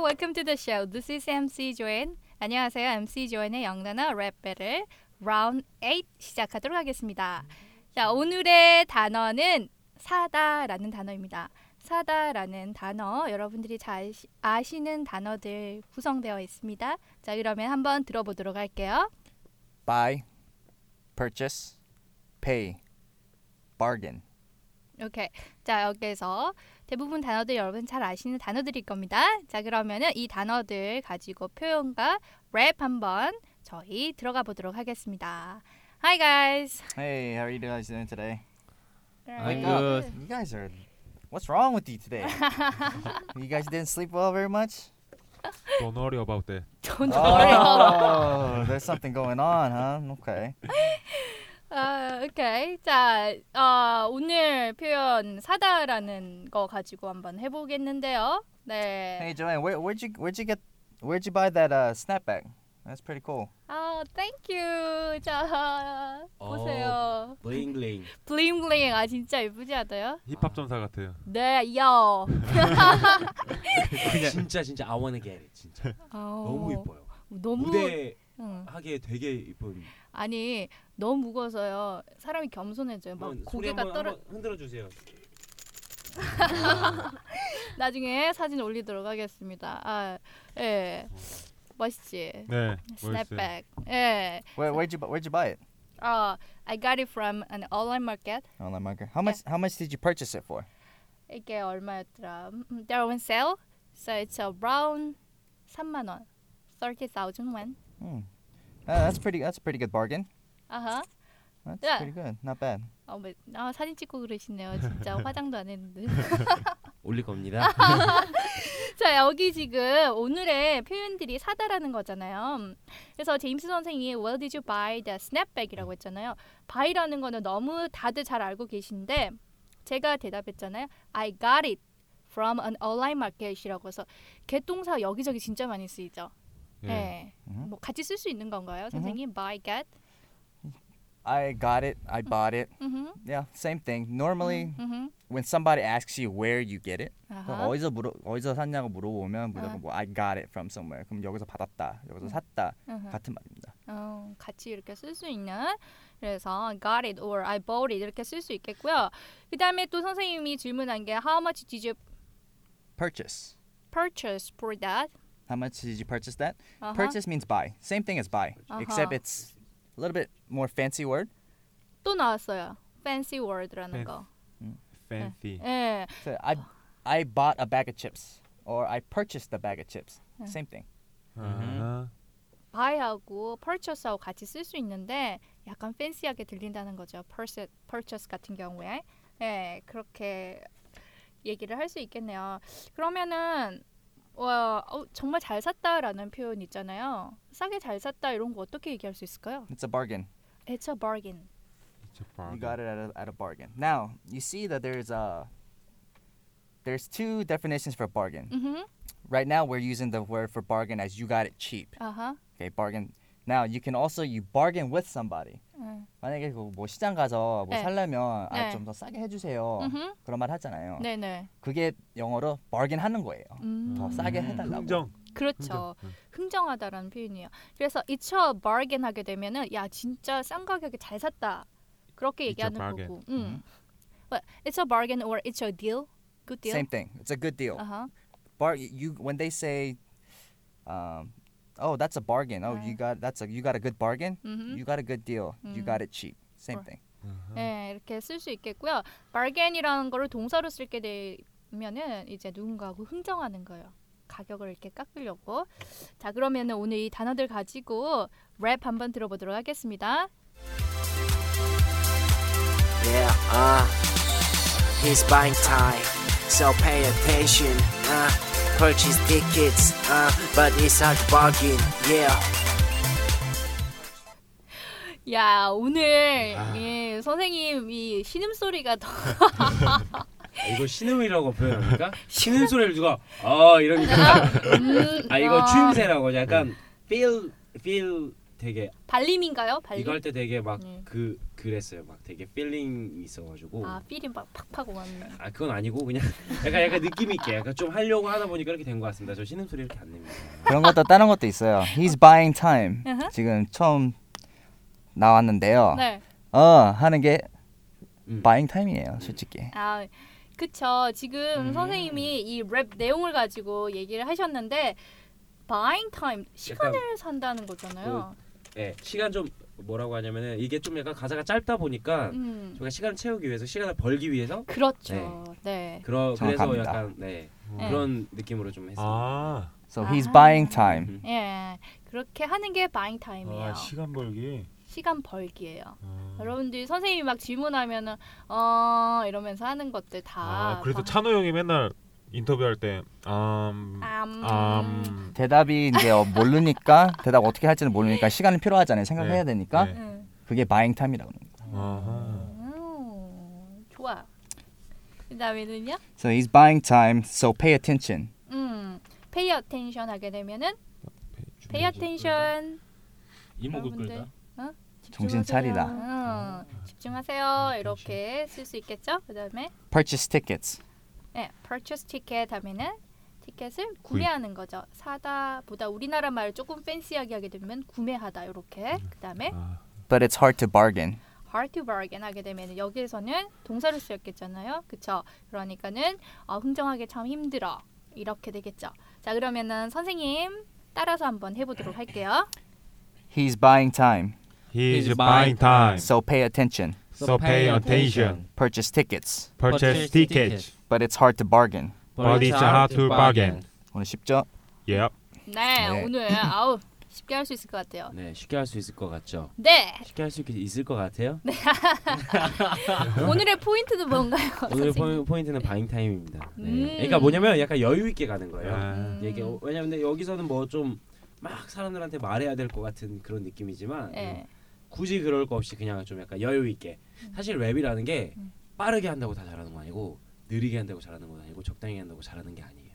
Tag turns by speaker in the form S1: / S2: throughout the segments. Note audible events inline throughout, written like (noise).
S1: welcome to the show. This is MC 조엔. 안녕하세요. MC 조엔의 영단어 랩 배틀 라운드 8 시작하도록 하겠습니다. 자, 오늘의 단어는 사다라는 단어입니다. 사다라는 단어 여러분들이 잘 시- 아시는 단어들 구성되어 있습니다. 자, 그러면 한번 들어보도록 할게요.
S2: buy, purchase, pay, bargain.
S1: 오케이. 자, 여기에서 대부분 단어들 여러분 잘 아시는 단어들일 겁니다. 자, 그러면은 이 단어들 가지고 표현과 랩 한번 저희 들어가 보도록 하겠습니다. Hi guys.
S2: Hey, how are you guys doing today?
S3: I'm
S2: up.
S3: good.
S2: You guys are. What's wrong with you today? you guys didn't sleep well very much.
S3: Don't worry about that.
S1: Don't
S2: 아.
S1: worry.
S2: Oh, there's something going on, huh? Okay.
S1: 아, 오케이. 자, 어, 오늘 표현 사다라는 거 가지고 한번 해 보겠는데요. 네.
S2: Hey, Joanne, where, where'd you where'd you get where'd you buy that uh, snapback? That's pretty cool.
S1: 아, thank you. 자, 보세요.
S4: 뭐 블링블링
S1: 블링블링. 아, 진짜 예쁘지 않아요?
S3: 힙합 전사 같아요.
S1: 네, 요.
S4: 진짜 진짜 I wanna get it 진짜 어, 너무
S1: 어.
S4: 이뻐요
S1: 너무
S4: 무대
S1: 응.
S4: 하기에 되게 이쁜
S1: 아니 너무 무거워서요. 사람이 겸손해져요. 막
S4: 한번 네, 소리
S1: 고개가
S4: 한번,
S1: 떨어.
S4: 한번 흔들어 주세요
S1: 나중에 사진 올리도록 하겠습니다. 아,
S4: 어.
S1: 예, 멋있지.
S3: 네. 멋있어요.
S1: 스냅백. 예.
S2: Where, where'd you bu- where'd you buy it?
S1: 아, I got it from an online market.
S2: Online market. How much how much did you purchase it for?
S1: 이게 얼마였더라? 음, There on sale. So it's around 3만 원. 30,000 won.
S2: Hmm. Uh, that's pretty. That's a pretty good bargain.
S1: 아하.
S2: That's
S1: Yeah.
S2: pretty good. Not bad.
S1: 어, 뭐, 아, 사진 찍고 그러시네요.
S3: (laughs)
S1: 진짜 화장도 안 했는데.
S4: 올릴 겁니다
S1: 자 여기 지금 오늘의 표현들이 사다라는 거잖아요. 그래서 제임스 선생이 Where did you buy the snapback이라고 했잖아요. buy라는 거는 너무 다들 잘 알고 계신데 제가 대답했잖아요. I got it from an online market이라고 해서 개동사 여기저기 진짜 많이 쓰이죠.
S3: 예.
S1: 네.
S2: 음.
S1: 뭐 같이 쓸 수 있는 건가요, 선생님? Buy, get.
S2: I got it. I bought it.
S1: 음.
S2: Yeah, same thing. Normally,
S1: 음.
S2: when somebody asks you where you get it, 그럼
S1: 아하.
S2: 어디서 물어 어디서 샀냐고 물어보면 무조건
S1: Uh-huh. 아.
S2: 뭐 I got it from somewhere. 그럼 여기서 받았다, 여기서 샀다
S1: 아하.
S2: 같은 말입니다.
S1: 어, 같이 이렇게 쓸 수 있는 그래서 got it or I bought it 이렇게 쓸 수 있겠고요. 그다음에 또 선생님이 질문한 게 how much did you
S2: Purchase.
S1: purchase for that?
S2: How much did you purchase that?
S1: 아하.
S2: Purchase means buy. Same thing as buy,
S1: Uh-huh.
S2: except it's a little bit more fancy word.
S1: 또 나왔어요. fancy word라는
S3: Fancy.
S1: 거.
S3: Fancy.
S1: 예.
S2: So I I bought a bag of chips or I purchased a bag of chips. Same thing.
S3: 음. 아하.
S1: buy하고 purchase하고 같이 쓸 수 있는데 약간 fancy하게 들린다는 거죠. purchase, purchase 같은 경우에. 예, 그렇게 얘기를 할 수 있겠네요. 그러면은 와, 어, 정말 잘 샀다라는 표현 있잖아요. 싸게 잘 샀다 이런 거 어떻게 얘기할 수 있을까요?
S2: It's a bargain.
S1: It's a bargain.
S3: It's a
S2: You
S3: bargain.
S2: got it at a, at a bargain. Now you see that there's a there's two definitions for bargain.
S1: 음.
S2: Right now we're using the word for bargain as you got it cheap.
S1: 아하.
S2: Okay, bargain. Now you can also you bargain with somebody.
S1: 응.
S2: 만약에 그뭐 시장 가서 뭐
S1: Mm. 네.
S2: 살려면
S1: 네.
S2: 아좀 더 싸게 해주세요.
S1: 음흠.
S2: 그런 말 하잖아요.
S1: 네네.
S2: 그게 영어로 bargain 하는 거예요.
S1: 음.
S2: 더 싸게 해달라고.
S3: 흥정. 음.
S1: 그렇죠. 흥정하다라는 표현이에요. 그래서 it's a bargain 하게 되면은 야 진짜 싼 가격에 잘 샀다 그렇게
S3: It's a
S1: 얘기하는
S3: bargain.
S1: 거고. 음. But it's a bargain or it's a deal. Good deal. Uh-huh.
S2: Same thing. It's a good deal.
S1: 아하.
S2: Bar you when they say, um, oh that's a bargain. Oh you got that's a you got a good bargain.
S1: 음흠.
S2: You got a good deal. You
S1: 음.
S2: got it cheap. Same
S1: Or-
S2: thing.
S3: uh-huh.
S1: 네, 이렇게 쓸 수 있겠고요. bargain이라는 거를 동사로 쓸게 되면은 이제 누군가하고 흥정하는 거예요. 가격을 이렇게 깎으려고. 자, 그러면은 오늘 이 단어들 가지고 랩 한번 들어보도록 하겠습니다.
S5: Yeah, uh, he's buying time, so pay attention, uh, purchase tickets, uh, but it's hard bargain, yeah.
S1: 야 오늘
S3: 아.
S1: 예, 선생님 이 신음 소리가 더 (laughs)
S4: 아, 이거
S1: (laughs)
S4: 신음이라고 표현합니까? 신음 소리를 누가 아 이러니까
S1: 음,
S4: 네. 아 이거 추임새라고 약간 feel feel 되게
S1: 발림인가요? 발림.
S4: 이거 할 때 되게 막 그
S1: 네.
S4: 그랬어요. 막 되게 필링이 있어가지고
S1: 아
S4: 아,
S1: 필이 막 팍팍 오는.
S4: 그건 아니고 그냥 (laughs) 약간 약간 느낌 있게 약간 좀 하려고 하다 보니까 이렇게 된 것 같습니다. 저 신음 소리 이렇게 안 냅니다.
S2: 그런 것도 다른 것도 있어요. He's buying time.
S1: 으흠.
S2: 지금 처음 나왔는데요.
S1: Uh-huh.
S3: 아.
S1: 네.
S2: 어 하는 게
S4: 음.
S2: buying time이에요, 솔직히.
S1: 아 그쵸. 지금
S4: 음.
S1: 선생님이 이 랩 내용을 가지고 얘기를 하셨는데 buying time 시간을 산다는 거잖아요.
S4: 예, 시간 좀 뭐라고 하냐면은 이게 좀 약간 가사가 짧다 보니까
S3: 그
S1: 음.
S4: 저희가 시간을 채우기 위해서 시간을 벌기 위해서
S1: 그렇죠. 네.
S4: 그러 그래서
S2: 정확합니다.
S4: 약간 네
S1: 네.
S4: 그런 느낌으로 좀 했어요. 음.
S3: 아,
S2: So he's
S1: 아하.
S2: buying time.
S1: 예. 그렇게 하는 게 buying time이에요.
S3: 그 아 시간 벌기.
S1: 시간 벌기예요.
S3: 아.
S1: 여러분들이 선생님이 막 질문하면은 어 이러면서 하는 것들 다
S3: 아, 그래서
S1: 방-
S3: 찬호 형이 맨날 인터뷰할 때 암,
S1: 암.
S3: 암,
S2: 대답이 이제 어, 모르니까 (laughs) 대답 어떻게 할지는 모르니까 시간이 필요하잖아요. 생각해야
S3: 네.
S2: 되니까
S3: 네.
S1: 음.
S2: 그게 buying time이라고 합니다.
S3: 아하.
S1: 음, 좋아. 그다음에는요?
S2: So he's buying time. So pay attention.
S1: 음. pay attention 하게 되면은 pay attention
S4: 이목을
S1: 여러분들.
S4: 끌다.
S2: 정신 차리다.
S1: 음, 집중하세요. 이렇게 쓸 수 있겠죠? 그다음에
S2: Purchase tickets.
S1: 네, purchase ticket 하면은 티켓을 구매하는 거죠. 사다보다 우리나라 말을 조금 팬시하게 하게 되면 구매하다 이렇게. 그다음에
S3: 아,
S2: But it's hard to bargain.
S1: hard to bargain 하게 되면 여기에서는 동사를 쓰였겠잖아요. 그쵸? 그러니까는 어, 흥정하기 참 힘들어. 이렇게 되겠죠. 자 그러면은 선생님 따라서 한번 해보도록 할게요.
S2: He's buying time.
S3: He's buying time,
S2: So pay attention.
S3: so pay attention.
S2: Purchase tickets.
S3: Purchase tickets,
S2: But it's hard to bargain.
S3: but it's hard to bargain.
S2: 오늘 쉽죠?
S3: Yep.
S1: 네,
S2: 네.
S1: 오늘 아우 쉽게 할 수 있을 것 같아요.
S4: 네 쉽게 할 수 있을 것 같죠.
S1: 네
S4: 쉽게 할 수 있을 것 같아요.
S1: 오늘의 포인트는 뭔가요,
S4: 오늘
S1: 선생님?
S4: 포, 포인트는 바잉 타임입니다. 네.
S1: 음.
S4: 그러니까 뭐냐면 약간 여유 있게 가는 거예요.
S2: 음.
S3: 아,
S4: 이게 어- 왜냐면 근데 여기서는 뭐 좀 막 사람들한테 말해야 될 것 같은 그런 느낌이지만
S1: 네.
S4: 굳이 그럴 거 없이 그냥 좀 약간 여유 있게
S1: 음.
S4: 사실 랩이라는 게 빠르게 한다고 다 잘하는 거 아니고 느리게 한다고 잘하는 건 아니고 적당히 한다고 잘하는 게 아니에요.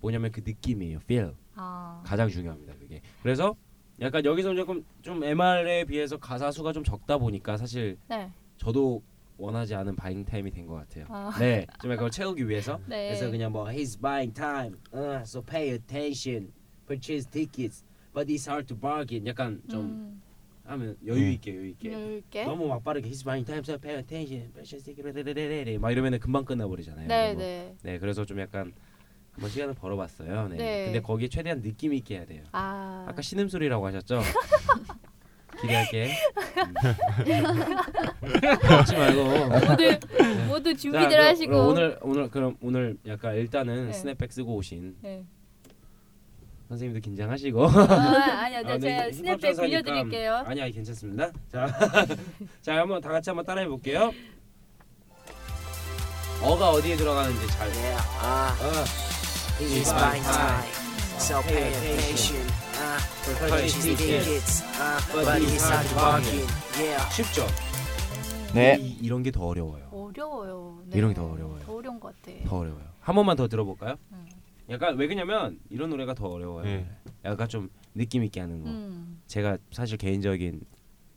S4: 뭐냐면 그 느낌이에요. feel
S1: 아,
S4: 가장 중요합니다. 그게 그래서 약간 여기서 조금 좀 MR에 비해서 가사 수가 좀 적다 보니까 사실
S1: 네.
S4: 저도 원하지 않은 바잉 타임이 된 것 같아요.
S1: 아.
S4: 네, 좀 약간 그걸 채우기 위해서.
S1: 네.
S4: 그래서 그냥 뭐 he's buying time, uh, so pay attention, purchase tickets, but it's hard to bargain. 약간 좀
S1: 음,
S4: 하면 여유 있게 여유 있게.
S1: 넓게.
S4: 너무 막 빠르게 he's buying time, so pay attention, purchase tickets, 레레레레레 막 이러면은 금방 끝나버리잖아요.
S1: 네,
S4: 뭐.
S1: 네.
S4: 네, 그래서 좀 약간 한번 시간을 벌어봤어요. 네.
S1: 네.
S4: 근데 거기에 최대한 느낌 있게 해야 돼요.
S1: 아,
S4: 아까 신음
S1: (laughs)
S4: 소리라고 하셨죠? 기대할게. 하지 말고.
S1: 모두 모두 준비들 하시고.
S4: 그럼 오늘 오늘 그럼 오늘 약간 일단은
S1: 네.
S4: 스냅백 쓰고 오신
S1: 네.
S4: 선생님도
S1: (laughs)
S4: 긴장하시고
S1: 아, 아니요, 네,
S4: 아, 근데
S1: 제가
S4: 힙합
S1: 스냅백
S4: 천사니까-
S1: 빌려드릴게요.
S4: 아니 아니 괜찮습니다. 자, (laughs) 자 한번 다 같이 한번 따라해 볼게요. 어가 어디에 들어가는지 잘.
S5: Yeah, uh,
S4: 어,
S5: it's buying time. So pay attention. Uh, purchase tickets. Uh, but it's hard to bargain. Yeah.
S4: 쉽죠?
S2: 네.
S1: (laughs)
S4: 이, 이런 게 더 어려워요.
S1: 어려워요. 네.
S4: 이런 게더 어려워요.
S1: 더 어려운 것 같아.
S4: 더 어려워요. 한 번만 더 들어볼까요?
S1: 음.
S4: 약간 왜 그냐면 이런 노래가 더 어려워요.
S3: 네.
S4: 약간 좀 느낌 있게 하는 거.
S1: 음.
S4: 제가 사실 개인적인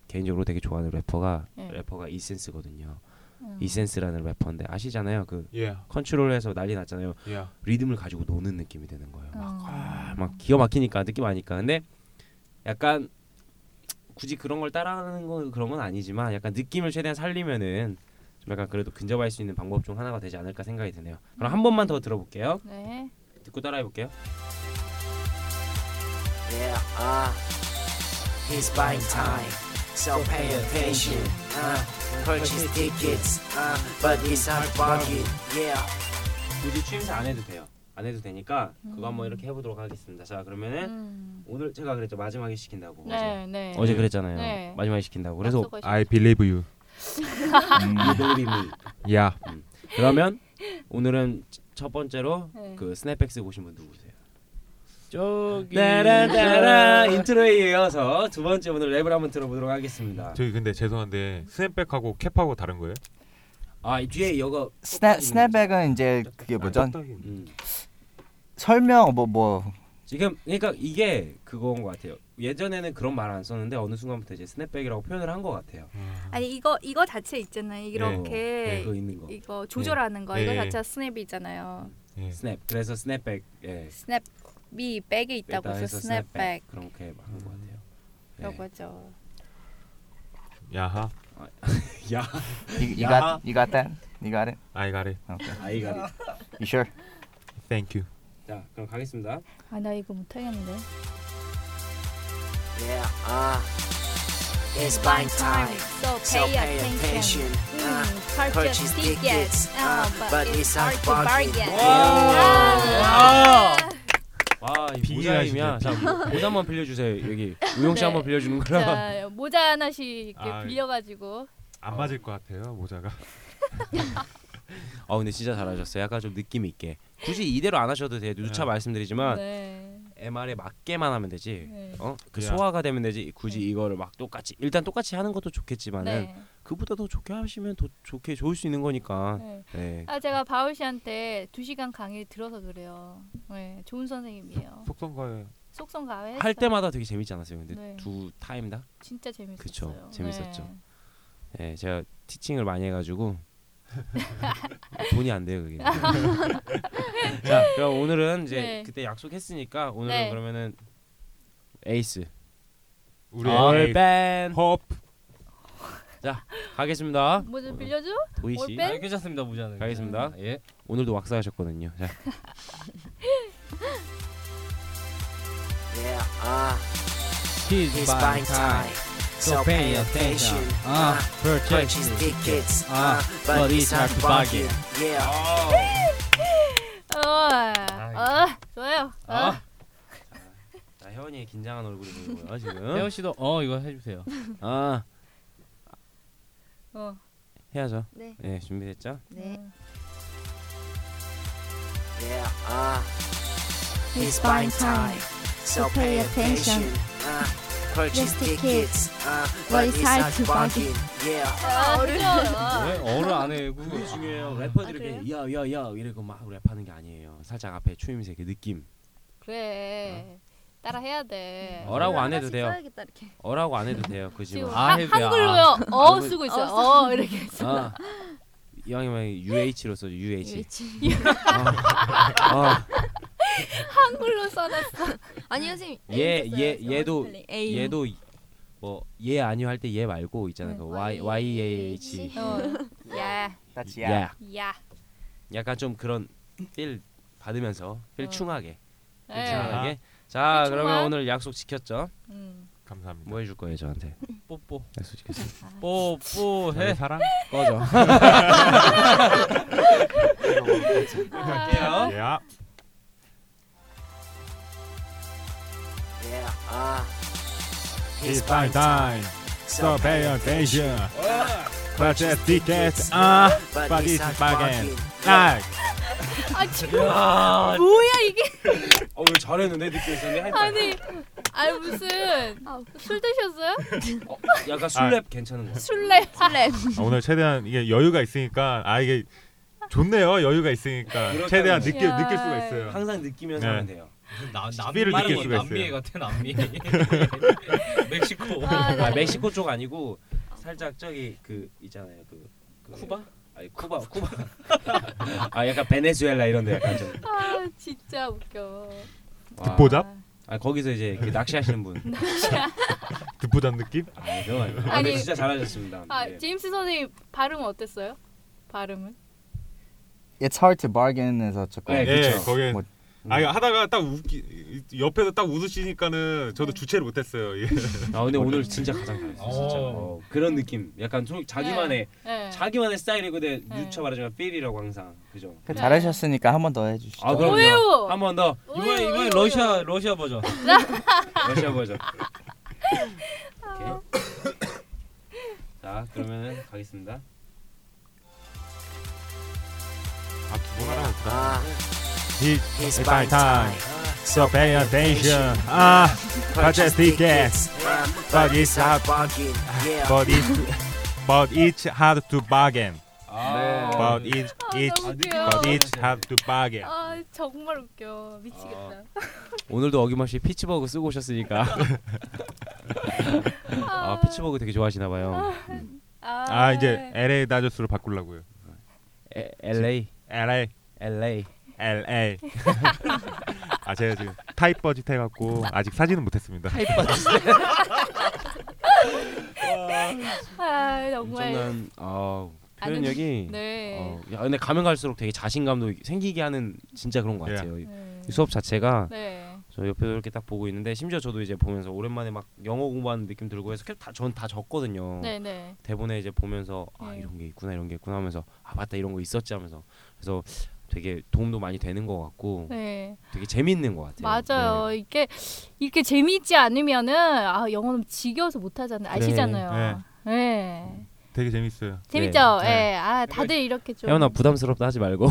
S4: 개인적으로 되게 좋아하는 래퍼가
S1: 네.
S4: 래퍼가 이센스거든요.
S1: 음.
S4: 이센스라는 래퍼인데 아시잖아요. 그
S3: Yeah.
S4: 컨트롤해서 난리 났잖아요.
S3: Yeah.
S4: 리듬을 가지고 노는 느낌이 되는 거예요. 막,
S1: 어.
S4: 아, 막 기가 막히니까 느낌 아니까. 근데 약간 굳이 그런 걸 따라하는 건 그런 건 아니지만 약간 느낌을 최대한 살리면은 좀 약간 그래도 근접할 수 있는 방법 중 하나가 되지 않을까 생각이 드네요. 그럼 한 번만 더 들어볼게요.
S1: 네.
S4: 듣고 따라해 볼게요.
S5: Yeah, uh, he's buying time, so pay attention. Uh, purchase tickets, uh, but it's hard bargain. Yeah,
S4: 굳이 취임새 안 해도 돼요. 안 해도 되니까 그거 한번 이렇게 해보도록 하겠습니다. 자 그러면은
S1: 음.
S4: 오늘 제가 그랬죠 마지막에 시킨다고
S1: 네, 네.
S4: 어제, 어제 그랬잖아요
S1: 네.
S4: 마지막에 시킨다고 그래서
S1: 약속하시-
S3: I believe you.
S2: 음.
S4: you believe me 음.
S3: Yeah.
S4: 그러면 오늘은 첫 번째로
S1: 네.
S4: 그 스냅백 쓰고 오신 분 누구세요?
S6: 저기
S4: 따라따라 인트로에 이어서 두 번째 오늘 랩을 한번 들어보도록 하겠습니다
S3: 저기 근데 죄송한데 스냅백하고 캡하고 다른 거예요?
S4: 아이 뒤에 이거
S2: 스냅 스냅백은 이제 그게 뭐죠?
S3: 아, 깜빡이네.
S4: 음.
S2: 설명 뭐뭐
S4: 지금 그러니까 이게 그거인 것 같아요. 예전에는 그런 말 안 썼는데 어느 순간부터 이제 스냅백이라고 표현을 한 것 같아요.
S1: 아니 이거 이거 자체 있잖아요. 음. 이렇게
S4: 네, 그거 있는 거
S1: 이거 조절하는 거 이거
S3: 네.
S1: 자체가 스냅이 있잖아요.
S3: 예.
S4: 스냅. 그래서 스냅백 예.
S1: 스냅이 백에 있다고
S4: 네, 뺐다
S1: 해서
S4: 해서
S1: 스냅백 음.
S4: 그렇게 막 한 것 같아요. 네.
S1: 이라고 하죠.
S3: 야하.
S4: 예. 야
S2: You, you
S4: Yeah.
S2: got you got that? You got it?
S3: I got it.
S2: Okay.
S4: 아이가.
S2: You sure?
S3: Thank you.
S4: 자 그럼 가겠습니다.
S1: 아 나 이거 못하겠는데.
S5: Yeah, uh, it's buying time. So pay attention.
S1: 음,
S5: Uh, purchase tickets.
S1: 아,
S5: Uh,
S1: 뭐,
S5: but it's hard bargain.
S4: 아, 와. 와, 아. 이
S3: 비하인드.
S4: 모자임이야. 자, 모자 한번 빌려주세요. 여기 우영 씨
S1: 네.
S4: 한번 빌려주는 거라.
S1: 자 모자 하나씩 이렇게
S3: 아,
S1: 빌려가지고
S3: 안 맞을 것 같아요 모자가.
S4: 아, 근데 진짜 잘하셨어요. 약간 좀 느낌 있게. 굳이 이대로 안 하셔도 돼요. 누차
S3: 네.
S4: 말씀드리지만
S1: 네.
S4: MR에 맞게만 하면 되지.
S1: 네.
S4: 어, 그
S3: 야.
S4: 소화가 되면 되지. 굳이
S1: 네.
S4: 이거를 막 똑같이 일단 똑같이 하는 것도 좋겠지만은
S1: 네.
S4: 그보다 더 좋게 하시면 더 좋게 좋을 수 있는 거니까.
S1: 네.
S4: 네.
S1: 아 제가 바울 씨한테 2시간 강의 들어서 그래요. 네, 좋은 선생님이에요.
S3: 속성거에
S1: 속성 가회
S4: 할 때마다 되게 재밌지 않았어요. 근데
S1: 아, 네.
S4: 두 타임 다.
S1: 진짜 재밌었어요.
S4: 그쵸, 재밌었죠. 네, 제가 티칭을 많이 해가지고 돈이 안 돼요 그게. 자, 그럼 오늘은 이제
S1: 네.
S4: 그때 약속했으니까 오늘은
S1: 네.
S4: 그러면은 에이스 아,
S3: 우리
S4: 얼밴
S3: 홉.
S4: 가겠습니다.
S1: 뭐좀 빌려줘?
S4: 도희 씨
S1: 올밴?
S6: 아, 괜찮습니다 모자는.
S4: 가겠습니다.
S6: 예.
S4: 오늘도 왁스하셨거든요. 자,
S5: Yeah, uh,
S6: He's
S5: it's buying
S6: buying
S5: time.
S6: time.
S5: So pay attention. Uh,
S6: Ah, purchase
S5: purchase tickets.
S6: Ah,
S5: Uh, but it's hard bargain. Yeah.
S1: 어, 어, 좋아요. 어.
S6: 아,
S4: 자 혜원이의 긴장한 얼굴이 보이고요
S6: 태호
S4: 지금.
S6: 씨도 어 이거 해주세요.
S4: 아
S1: 어.
S4: 해야죠.
S7: 네.
S4: 네 준비됐죠?
S7: 네.
S5: Yeah, uh, it's buying time. So pay attention. Uh, purchase
S7: Just the
S5: tickets. Uh, but it's hard to bargain. Yeah.
S1: 아, 그죠? 어.
S6: 왜 어를 안 해? 그거
S4: 그게 중요해요. 예, 래퍼들이
S1: 아,
S4: 이렇게 야야야 이러고 막 랩하는 게 아니에요. 살짝 앞에 추임새 그 느낌.
S1: 그래. 따라 해야 돼.
S4: 어라고 안 해도 돼요.
S7: 써야겠다, 이렇게.
S4: 어라고 안 해도 돼요.
S1: 지금
S4: 그지만.
S6: 아,
S1: 한,
S6: 해비야.
S1: 한글로요. 어
S4: 한글.
S1: 쓰고 있어요. 어 이렇게.
S4: 아, 이왕이면 UH로 써줘 어. UH.
S7: (laughs)
S1: 한글로 써놨어.
S7: 아니 선생님.
S4: 얘,
S7: 이렇게
S4: 얘,
S7: 써요.
S4: 얘도-
S7: 스펠링. A.
S4: 얘도 뭐얘 아니요 할 때 얘 말고 있잖아
S1: 네.
S4: 그 Y Y A
S7: E
S4: H.
S1: 어. 야,
S2: That's
S4: 야.
S2: yeah.
S1: 야.
S4: 약간 좀 그런 필 받으면서 필
S1: 어.
S4: 충하게. 필
S7: 네.
S1: 예.
S4: 충하게. 자
S1: 필 충만.
S4: 그러면 오늘 약속 지켰죠?
S1: 음.
S3: 감사합니다.
S4: 뭐 해줄 거예요 저한테?
S6: 뽀뽀
S4: 약속 지켰어.
S7: 아.
S6: 뽀뽀해.
S3: 사랑.
S4: 꺼져.
S1: 아,
S3: 야.
S5: Yeah, uh,
S3: It's buying time. So
S5: So
S3: pay attention. Purchase tickets. Ah, but it's bargain.
S5: Yeah.
S3: Like.
S1: 아 지금
S4: 아,
S1: 뭐야 이게?
S4: 어, 오늘 잘했는데 느낌 있었는데. 하이파이브.
S1: 아니, 아니 무슨 술 드셨어요?
S4: 어, 약간 술랩 괜찮은 거. 같아.
S1: 술래. 술래.
S3: 아, 오늘 최대한 이게 여유가 있으니까 아 이게 좋네요. 여유가 있으니까
S4: 그렇다는
S3: 최대한
S4: 거지.
S3: 느끼 느낄 수가 있어요.
S4: 항상 느끼면서
S3: 네.
S4: 하면 돼요.
S6: 나
S3: 시비를 느낄 수가 있어요.
S6: 남미 같아 남미. 멕시코.
S1: 아,
S4: 아,
S1: 네.
S4: 멕시코 쪽 아니고 살짝 저기 그 있잖아요 그, 그 쿠바? 아니 쿠바 (laughs) 쿠바 아 약간 베네수엘라 이런데 약간 좀
S1: 아 (laughs) 진짜 웃겨.
S4: 와.
S3: 그 듣보잡?
S4: 아 거기서 이제 그 낚시하시는 분
S3: 듣보잡 느낌?
S4: 아니 그건 아니고 아,
S1: 네. 아니.
S4: 근데 진짜 잘하셨습니다
S1: 아
S4: 예.
S1: 제임스 선생님 발음은 어땠어요? 발음은?
S2: It's hard to bargain 해서 조금
S4: 네,
S3: 예,
S4: 그쵸.
S3: 거기
S2: 뭐-
S3: 아 이거 하다가 딱 웃기 옆에서 딱 웃으시니까는 저도
S1: 네.
S3: 주체를 못했어요. 예.
S4: 아 근데 오늘 진짜 가장 잘했어요 진짜
S6: 어.
S4: 어, 그런 느낌 약간 좀 자기만의
S1: 네.
S4: 자기만의 스타일이고 근데
S1: 네.
S4: 유차 말하자면 필이라고 항상 그죠
S2: 그 잘하셨으니까 한 번 더 해주시죠.
S4: 아
S1: 오예요.
S4: 그럼요 한 번더
S6: 이번에 이번에 러시아 러시아
S1: (laughs)
S6: 버전.
S4: 러시아 버전. 오케이. (laughs) 자 그러면은 가겠습니다.
S3: 아두번 하라고 했다.
S5: Uh,
S3: It's
S5: my time.
S3: So pay
S5: attention.
S3: Ah,
S5: purchase tickets. Uh, but it's hard
S3: hard-
S5: bargain. Yeah.
S3: but it's but it's hard to bargain.
S4: 아,
S2: 네.
S3: about each
S1: 아,
S3: each
S1: 너무 귀여워.
S3: about each have to bargain.
S1: 아 정말 웃겨 미치겠다.
S4: 오늘도 어김없이 피치버그 쓰고 오셨으니까 (laughs) 아 피치버그 되게 좋아하시나 봐요.
S1: 아,
S3: 아 이제 LA 다저스로 바꾸려고요.
S4: 에, LA
S3: LA
S4: LA
S1: (laughs)
S3: LA. 아 제가 지금 타입 버짓 해갖고 아직 사진은 못했습니다.
S1: 아 정말
S4: 엄청난 아
S1: 아는-
S4: 표현력이
S1: 네.
S4: 어, 야, 근데 가면 갈수록 되게 자신감도 생기게 하는 진짜 그런 것
S3: 예.
S4: 같아요.
S1: 네.
S4: 이 어. 수업 자체가
S1: 네.
S4: 저 옆에서 이렇게 딱 보고 있는데 심지어 저도 이제 보면서 오랜만에 막 영어 공부하는 느낌 들고 해서 계속 다전다 적거든요.
S1: 네, 네.
S4: 대본에 이제 보면서 아
S1: 네.
S4: 이런 게 있구나 이런 게 있구나 하면서 아 맞다 이런 거 있었지 하면서 그래서 되게 도움도 많이 되는 것 같고
S1: 네.
S4: 되게 재밌는 것 같아요. 네.
S1: 맞아요. 이게 이렇게 재미있지 않으면은 아, 영어는 지겨워서 못 하잖아요.
S4: 그래.
S1: 아시잖아요. 네.
S3: 되게 재밌어요.
S1: 재밌죠? 예.
S4: 네.
S1: 아, 다들 이렇게
S4: 네.
S1: 좀
S4: 혜원아 부담스럽다
S1: (laughs)
S4: 하지 말고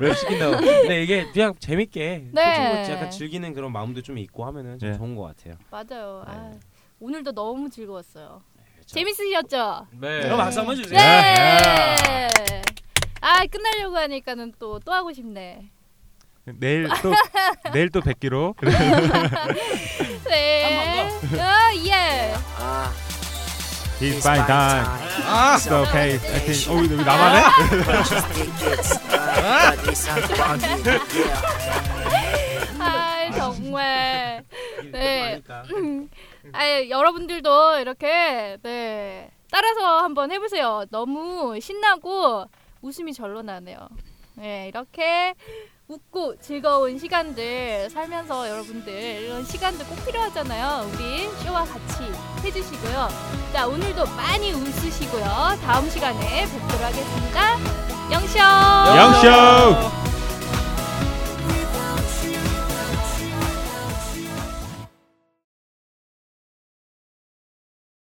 S4: 랩 시킨다고. 근데 이게 그냥 재밌게
S1: 네.
S4: 솔직히 약간 즐기는 그런 마음도 좀 있고 하면은 좀
S3: 네.
S4: 좋은 것 같아요.
S1: 맞아요. 아,
S4: 네.
S1: 오늘도 너무 즐거웠어요. 재밌으셨죠?
S6: 네.
S4: 그럼 박수
S6: 한번 주세요.
S1: 네.
S3: 예.
S1: 아, 끝나려고 하니까는 또 또 하고 싶네.
S3: 내일 또 내일 또 뵙기로.
S1: 네. 아, 예.
S5: 아,
S3: He's fine time.
S5: 아,
S3: It's okay. I think. 어 여기 나만해?
S5: purchase tickets, uh, but it's hard bargain. Yeah.
S1: 아, 정말. 네. 아, 여러분들도 이렇게 네. 따라서 한번 해 보세요. 너무 신나고 웃음이 절로 나네요. 네, 이렇게 웃고 즐거운 시간들 살면서 여러분들 이런 시간들 꼭 필요하잖아요. 우리 쇼와 같이 해주시고요. 자, 오늘도 많이 웃으시고요. 다음 시간에 뵙도록 하겠습니다. 영쇼!
S3: 영쇼.